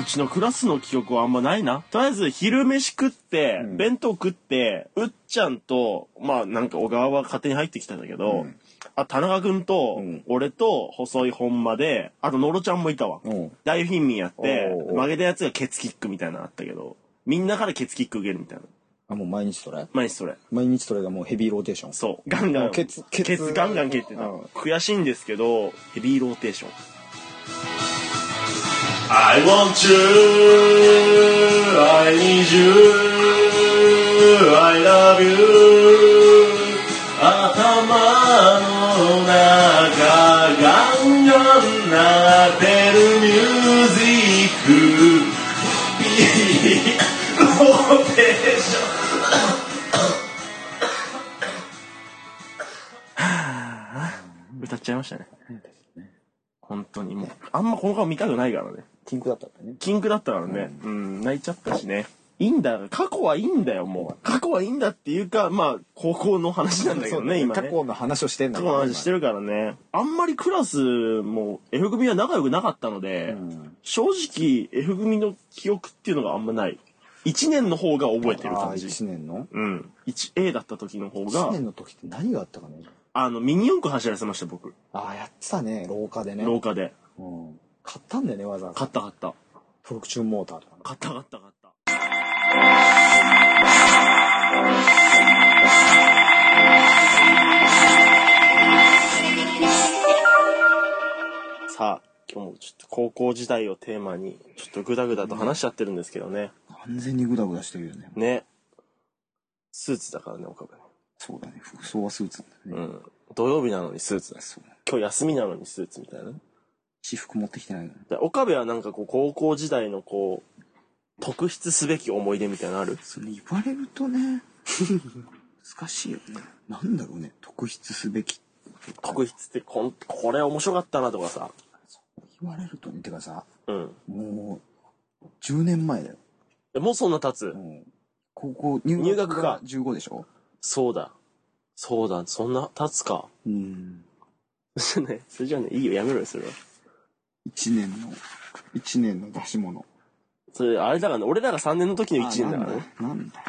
うちのクラスの記憶はあんまないなとりあえず昼飯食って、
うん
弁当食ってうっちゃんとまあなんか小川は勝手に入ってきたんだけど、
うん
あ田中君と
うん
俺と細い本間であと野呂ちゃんもいたわ、
うん
大貧民やって
おうおう
曲げたやつがケツキックみたいなのあったけどみんなからケツキック受けるみたいな
あもう毎日それ
毎日それ
毎日それがもうヘビーローテーション
そうガンガン
ケツ
ケ
ケ
ツ
ツ
ガンガン蹴ってた
うん
悔しいんですけどヘビーローテーション I want you I need you I love you 頭の中ガンガンなってるミュージックビーローテーション歌っちゃいましたね。本当にもう、あんまこの顔見たくないからね。
ピンクだったんだね
キンクだったからね。うん、泣いちゃったしね。いいんだよ。過去はいいんだよ、もう。過去はいいんだっていうか、まあ、高校の話なんだけどね、今
過
ね。
去の話をしてんだ
過
か
去
ら
の話してるからね。あんまりクラスも F 組は仲良くなかったので、
ん
正直 F 組の記憶っていうのがあんまない。1年の方が覚えてる
今あ
感
あ
じ。
1年の
うん。1A だった時の方
1
が、
年の時って何があったかね
あの、ミニ四駆走らせました、僕。
ああやってたね廊下でね
廊下で。
うん買ったんだよねわざわざ
買った買った。
フロクチューンモーターとかね
買った買った買った。さあ、今日もちょっと高校時代をテーマに、ちょっとグダグダと話しちゃってるんですけどね。
完全にグダグダしてるよね
ね。スーツだからね、岡部ね。
そうだね服装はスーツなんだ
う
よね、
ん。土曜日なのにスーツだし。
そうだね
今日休みなのにスーツみたいな。
私服持ってきてないの
で岡部はなんかこう、高校時代のこう、特筆すべき思い出みたいなのある
それ言われると ね難しいよねなんだろうね特筆すべき
特筆ってこん、これ面白かったなとかさ。
言われるとねてかさ
うん。
もう10年前だよ、
えもうそんな経つ、
うん、高校入
入学
学
か
が15でしょ
そうだ。そうだ。そんな経つか。
うん
それ じゃね、それじゃね、いいよ、やめろよ、それは。
1年の1年の出し物
それ、あれだからね、俺らが3年の時の1
あ
年だからね。
なんだなんだ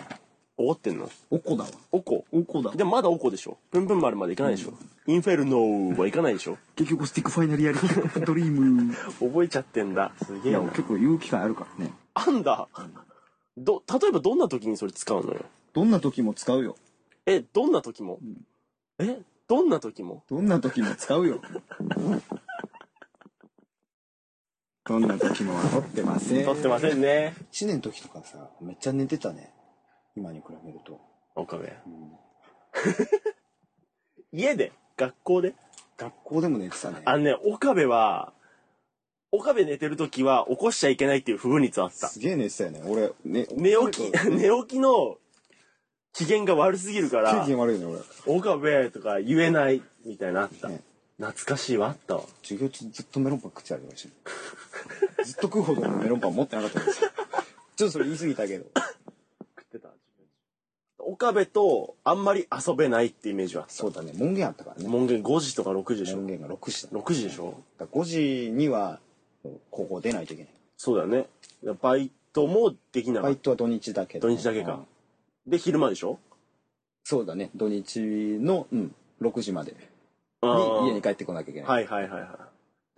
怒ってんの。
おこだわ
おこ。
おこだわ
でもまだおこでしょ。ぷんぷん丸まで行かないでしょ。インフェルノは行かないでしょ。
結局スティックファイナルやりドリーム
覚えちゃってんだ。すげえ
いや
な。
結構言う機会あるからね
あんだ。ど、例えばどんな時にそれ使うのよ。
どんな時も使うよ
え、どんな時も、え、どんな時も
どんな時も使うよどんな時もは取ってません
撮ってませんね。
1年の時とかさめっちゃ寝てたね今に比べると、
岡部。
うん
家で学校で
学校でも寝てたね
あのね、岡部は、岡部寝てる時は起こしちゃいけないっていう不分率あった。
すげえ寝てたよね俺ね
寝起き、寝起きの機嫌が悪すぎるか
経
ら、
験悪いね俺
岡部とか言えないみたいなのあった。
ね
懐かしいわ、あったわ。
授業中ずっとメロンパン食ってたりとかしてるずっと食うほどのメロンパン持ってなかったんですよちょっとそれ言い過ぎたけど
食ってた。岡部とあんまり遊べないってイメージはあった。
そうだね門限あったからね
門限5時とか6時でし
門
ょ。
限が6時だ
6時でしょ。
だから5時には高校出ないといけない
そうだよね。バイトもできな
バ
かっ
イトは土日だけ
た。土日だけ
う
か
ん。
で、昼間でしょ
そうだね土日の、うん、6時まで
あー
に家に帰ってこなきゃいけない、
はいはいはいはい。だか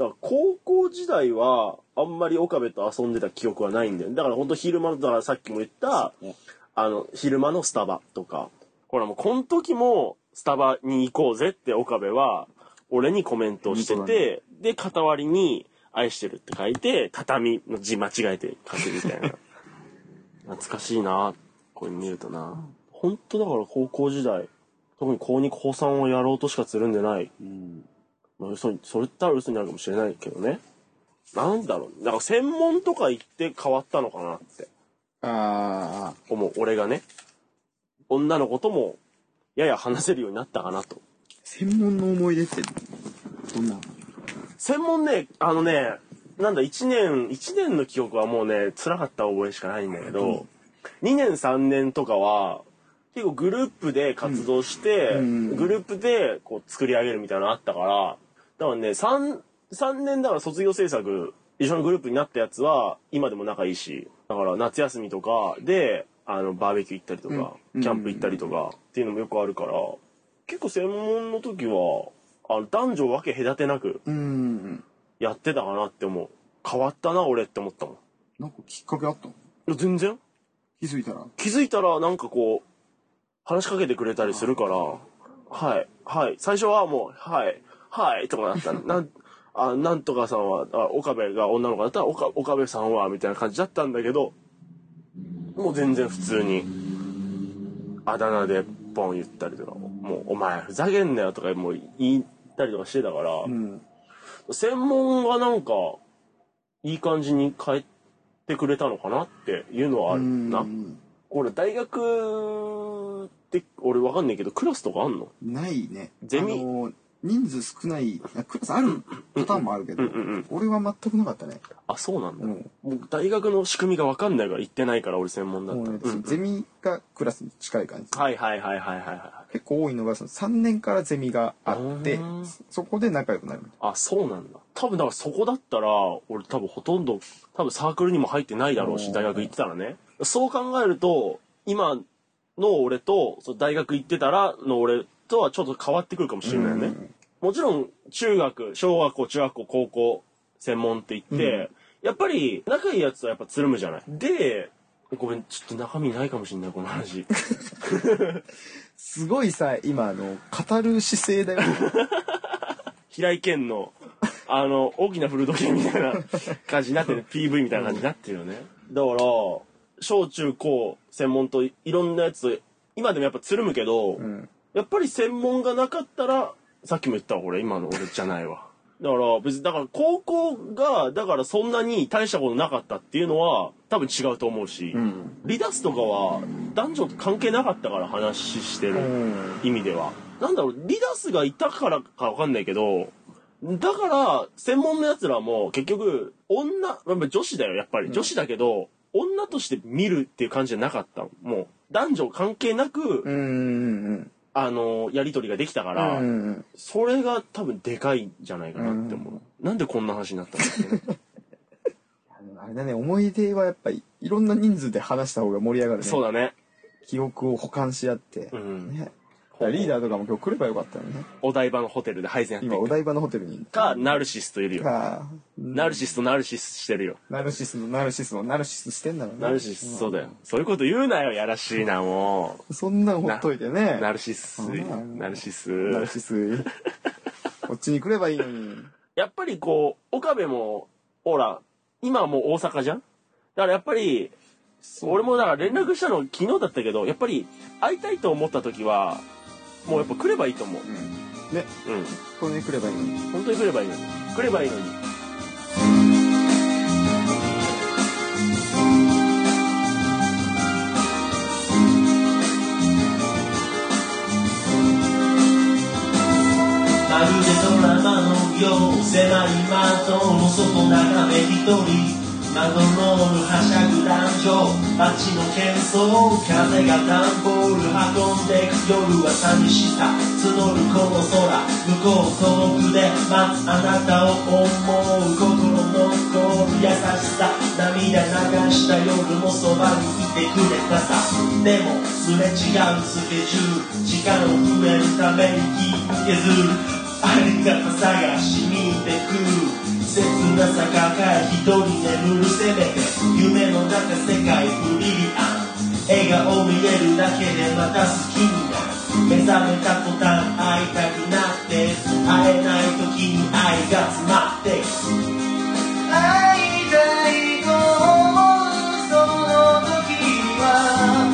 ら高校時代はあんまり岡部と遊んでた記憶はないんだよね。だから本当昼間だからさっきも言った、
ね
あの昼間のスタバとか。ほらもうこの時もスタバに行こうぜって岡部は俺にコメントをして
本当だ
て、で傍りに愛してるって書いて畳の字間違えて書くみたい な。懐かしいなこれ見るとな。本当だから高校時代特に高2高3をやろうとしかつるんでない
うん、
まあ、嘘にそれったら嘘になるかもしれないけどねなんだろうだから専門とか行って変わったのかなって
ああ
思う俺がね女の子ともやや話せるようになったかなと
専門の思い出ってどんな
専門ねあのねなんだ1年1年の記憶はもうね辛かった覚えしかないんだけど、2年3年とかは結構グループで活動して、
うん
グループでこう作り上げるみたいなのあったからだからね 3, 3年だから卒業制作一緒のグループになったやつは今でも仲いいしだから夏休みとかであのバーベキュー行ったりとか、
うん
キャンプ行ったりとかっていうのもよくあるから結構専門の時はあの男女分け隔てなく
うん
やってたかなって思う変わったな俺って思ったもんい
なんかきっかけあったの
や全然
気づいたら
気づいたらなんかこう話しかけてくれたりするからはいはい最初はもう「はいはい」とかだっ たのなんあなんとかさんはあ岡部が女の子だったら岡岡部さんはみたいな感じだったんだけどもう全然普通にあだ名でポン言ったりとか「もうお前ふざけんなよ」とかもう言ったりとかしてたから、
うん
専門がなんかいい感じに変えてくれたのかなっていうのはあるな
うん
俺大学って俺わかんないけどクラスとかあんの
ないね
ゼミ
あの人数少ないあクラスあるパターンもあるけど、
うんうんうん
俺は全くなかったね
あそうなんだ、
うん
僕大学の仕組みがわかんないから行ってないから俺専門だっ
もう
た、
ね、
うん
ゼミがクラスに近い感じ
はいはいはいはいはいはい
結構多いのがその3年からゼミがあって
うん
そこで仲良くなるみたい
あそうなんだ多分だからそこだったら俺多分ほとんど多分サークルにも入ってないだろう
う
し
ん
大学行ってたらねそう考えると今の俺とその大学行ってたらの俺とはちょっと変わってくるかもしれないよね、もちろん中学小学校中学校高校専門って言って、やっぱり仲いいやつはやっぱつるむじゃないでごめんちょっと中身ないかもしれないこの話
すごいさ今あの語る姿勢だよ
平井堅のあの大きな古時計みたいな感じにな ってる PV みたいな感じになってるよねだから小中高専門といろんなやつ今でもやっぱつるむけど、
ん
やっぱり専門がなかったらさっきも言ったわ俺今の俺じゃないわだから別にだから高校がだからそんなに大したことなかったっていうのは多分違うと思うし、
ん
離脱とかは男女関係なかったから話してる、
うん
意味では。なんだろう、リダスがいたからかわかんないけど、だから、専門の奴らも結局、女、まあまあ女子だよ、やっぱり。女子だけど、女として見るっていう感じじゃなかったのもう、男女関係なく、
うんうん
あの、やりとりができたか
う
ら、
んうん
それが多分でかいんじゃないかなって思う。なんでこんな話になったん だっけね
あのあれだね思い出はやっぱりいろんな人数で話した方が盛り上がるね
そうだね。
記憶を補完し合って、
うん
ねだからリーダーとかも今日来ればよかったのね
お台場のホテルで配膳や
今
って
お
る。
台場のホテルにいる
か、ナルシストいるよ。
あーうん
ナルシスト、ナルシストしてるよ。
ナルシスのナルシスのナルシスしてんだろうね
ナルシストだよ。そういうこと言うなよ、やらしいな、もう。
そんなんほっといてね
ナルシス
そうなの
ナルシス
ナルシスこっちに来ればいいのに
やっぱりこう岡部もほら今はもう大阪じゃんだからやっぱり俺もだから連絡したの昨日だったけどやっぱり会いたいと思った時はもうやっぱ来ればいいと思う
うんね
うん
これに来ればいいのに
本当に来ればいいのに来ればいいのに
まるでドラマのよう狭い窓の外眺め一人窓のールはしゃぐ男女街の喧騒風が段ボール運んでく夜は寂しさ募るこの空向こう遠くで待つあなたを思う心のゴール優しさ涙流した夜もそそばにいてくれたさでもすれ違うスケジュール時間を増えるために削るありがたさが染みてくる切なさ抱え一人眠るせめて夢の中世界不リリアン笑顔見えるだけでまた好きになる目覚めた途端会いたくなって会えない時に愛が詰まって会いたいと思うその時は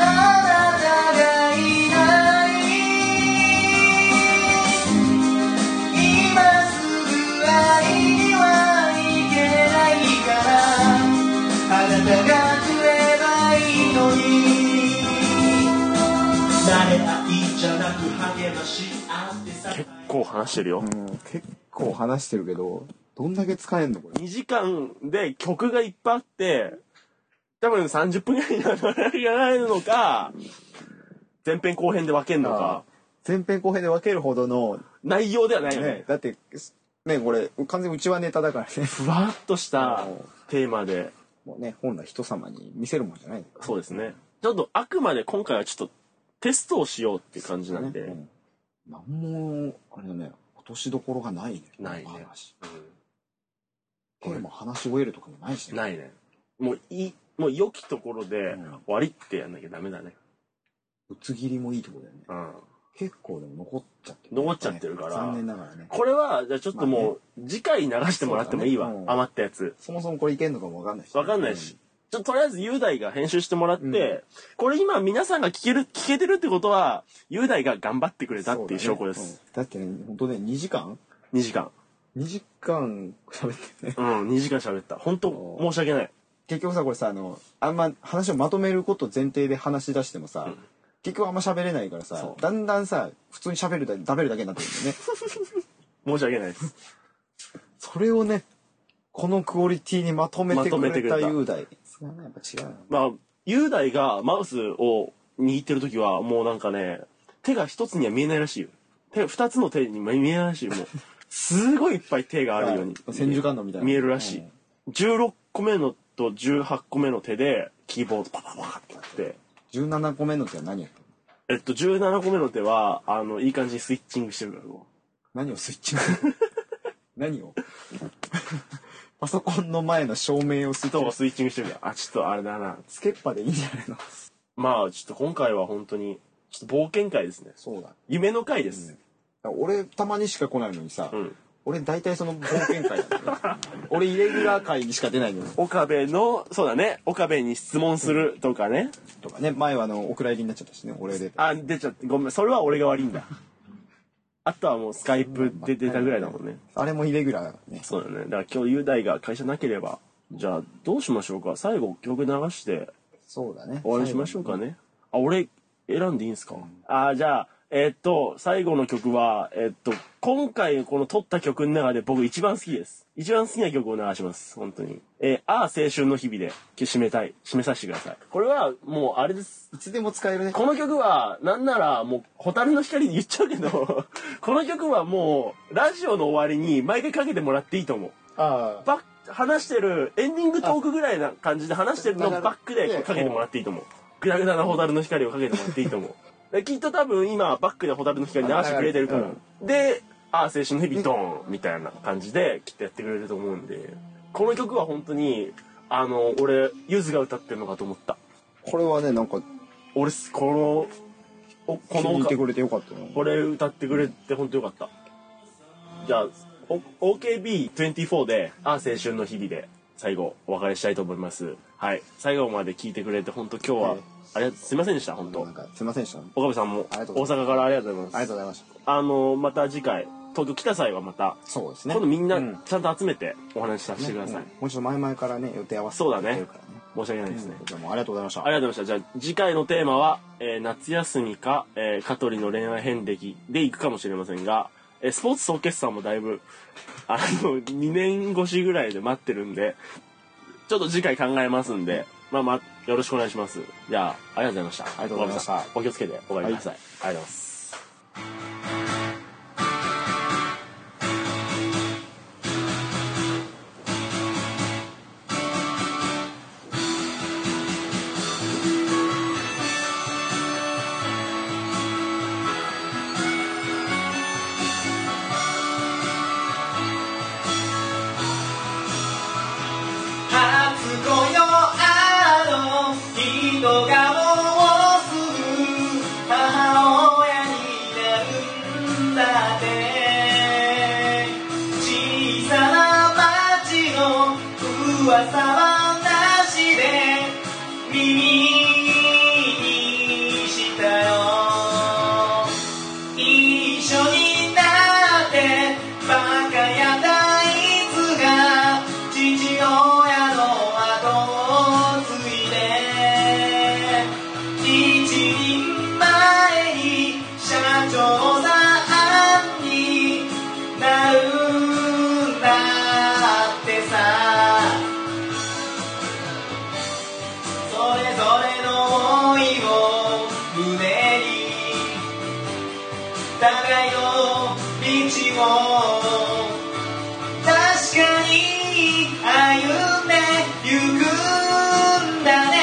あなたがいない今すぐ会いにはいけないからあなたが来ればいいのに慣れ合いじゃなく励まし合ってさ
結構話してるよ。
うん結構話してるけどどんだけ使えんのこれ
2時間で曲がいっぱいあって、多分30分ぐらいになるのか、前編後編で分けんのか、
前編後編で分けるほどの
内容ではないよね。
ねだってねこれ完全うちはネタだからね
ふわっとした
うん
テーマで、
もうね本来人様に見せるもんじゃない
そうですね。ちょっとあくまで今回はちょっとテストをしようっていう感じなんで、
うんなんもあれだね落としどころがないね
ないね
この話
うん
これも話し終えるとかもないしね
ないね。もういい、もう良きところで
うん
終わりってやんなきゃダメだね。
ぶつ切りもいいとこだよね
うん。
結構でも残っちゃってる
残っちゃってるから
残念ながらね
これは、じゃあちょっともう、次回流してもらってもいいわ
そうだ。ねうん
余ったやつ。
そもそもこれいけんのかもわかんないし
わかんないし。ちょっととりあえず雄大が編集してもらって、
うん
これ今皆さんが聞ける、聞けてるってことは、雄大が頑張ってく
う
れ
ん
たっていう証拠で
そうだね
す。
うんだってね本当ね2時間
2時間。
2時間喋ってね
うん、2時間喋った。本当
お
申し訳ない。
結局さこれさあのあんま話をまとめること前提で話し出してもさ、結局あんま喋れないからさ
そ
だんだんさ普通に喋るだ食べるだけになってるんだよね
申し訳ないです。
それをねこのクオリティにまとめてく
まとめて
れ
くれ
た
た
雄大それはねやっぱ違うよね
まあ、雄大がマウスを握ってる時は、もうなんかね、手が一つには見えないらしいよ。手、二つの手に見えないらしいよ。もう、すごいいっぱい手があるように。
千手観音みたいな
見えるらしい、
うん
16個目のと18個目の手でキーボードパパパってやって
17個目の手は何やったの
えっと17個目の手はあのいい感じにスイッチングしてるからも
何をスイッ チング何をパソコンの前の照明をス
う
イッチン
と
グ
スイッチングしてるからあちょっとあれだな
つけっぱでいいんじゃないの
まあちょっと今回は本当にちょっと冒険会ですね
そうだ
夢の会です、
俺たまにしか来ないのにさ、
ん
俺大体その冒険会なんだよ俺イレギュラー会にしか出ないのに
岡部のそうだね岡部に質問するとかね、
とかね前はあのお蔵入りになっちゃったしね俺で
あ出ちゃってごめんそれは俺が悪いんだあとはもうスカイプで出たぐらいだもんね
あれもイレギュラーだからね
そうだね。だから今日雄大が会社なければ、じゃあどうしましょうか。最後曲流して
そうだね
終わりにしましょうかね。あ、俺選んでいいんすか、
ん
あ、じゃあ、えっと、最後の曲は、えっと、今回この撮った曲の中で僕一番好きです。一番好きな曲を流します。本当に。えーああ、青春の日々で締めたい。締めさせてください。これはもうあれです。
いつでも使えるね
この曲は、なんならもう、蛍の光で言っちゃうけど、この曲はもう、ラジオの終わりに毎回かけてもらっていいと思う。
あ
バック話してるエンディングトークぐらいな感じで話してるのを
あ
バックでかけてもらっていいと思うグダグダな蛍の光をかけてもらっていいと 思うできっと多分今バックで蛍の光流してくれてるか
流
ら
れて
で「ああ青春の日々ドーン」みたいな感じできっとやってくれると思うんでこの曲は本当にあの俺ゆずが歌ってるのかと思った
これはねなんか
俺すこのおこ
気
の
に入って
歌
くれてよかったな
これ歌ってくれて本当よかったじゃあお OKB24 で「ああ青春の日々」で最後お別れしたいと思いますはい最後まで聞いてくれて本当今日は
はい
ありがとうすいませんでした本当
なんかすいませんでしたあり
岡部さんも
あり
大
がとうござ
阪からありがとうございます
がとうございまし
あのまた次回東京来た際はまた
たそうですね
今度みん
う
なちゃんと集めてお話しさせてください、
ねうんもうちょっと前々からね予定合わせて
そうだね
やってるから
申し訳ないですね、
じゃあもうありがとうございました
ありがとうございました。じゃあ次回のテーマは、えー夏休みか、えー、香取の恋愛遍歴でいくかもしれませんが、えースポーツ総決算もだいぶ、あの、2年越しぐらいで待ってるんで、ちょっと次回考えますんで、まあまあ、よろしくお願いします。じゃあ、ありがとうございました。あ
りがとうございました
お気をつけてお帰りください。ありがとうございます。
「
人がもうすぐ母親になるんだって小さな町の噂はなしで耳にしたよ一緒になってバカやダイツが父親の後を継いで一人前に社長さんになるんだってさそれぞれの思いを胸に互いの道を確かに歩んでゆくんだね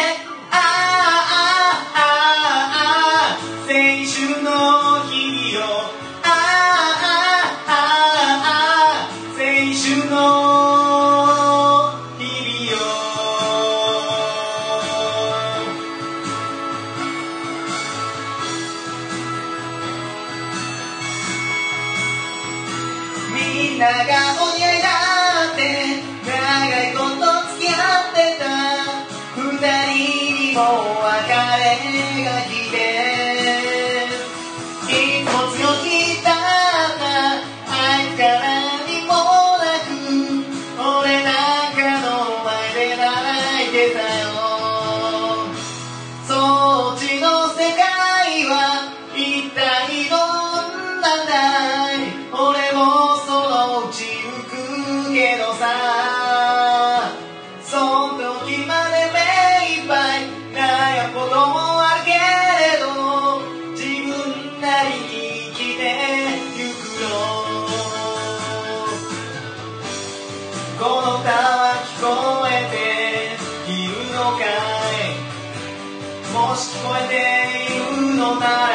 ああああああ青春の日よああああああ青春の日々よみんなが親だって長いこと付き合ってた二人にも別れが来て一歩強きだったあいつからにもなく俺なんかの前で泣いてたよそっちの世界は一体どんなんだい俺もそのうち行くけどさそん時まで目いっぱい悩むこともあるけれど自分なりに生きてゆくよこの歌は聞こえているのかいもし聞こえているのなら Ah.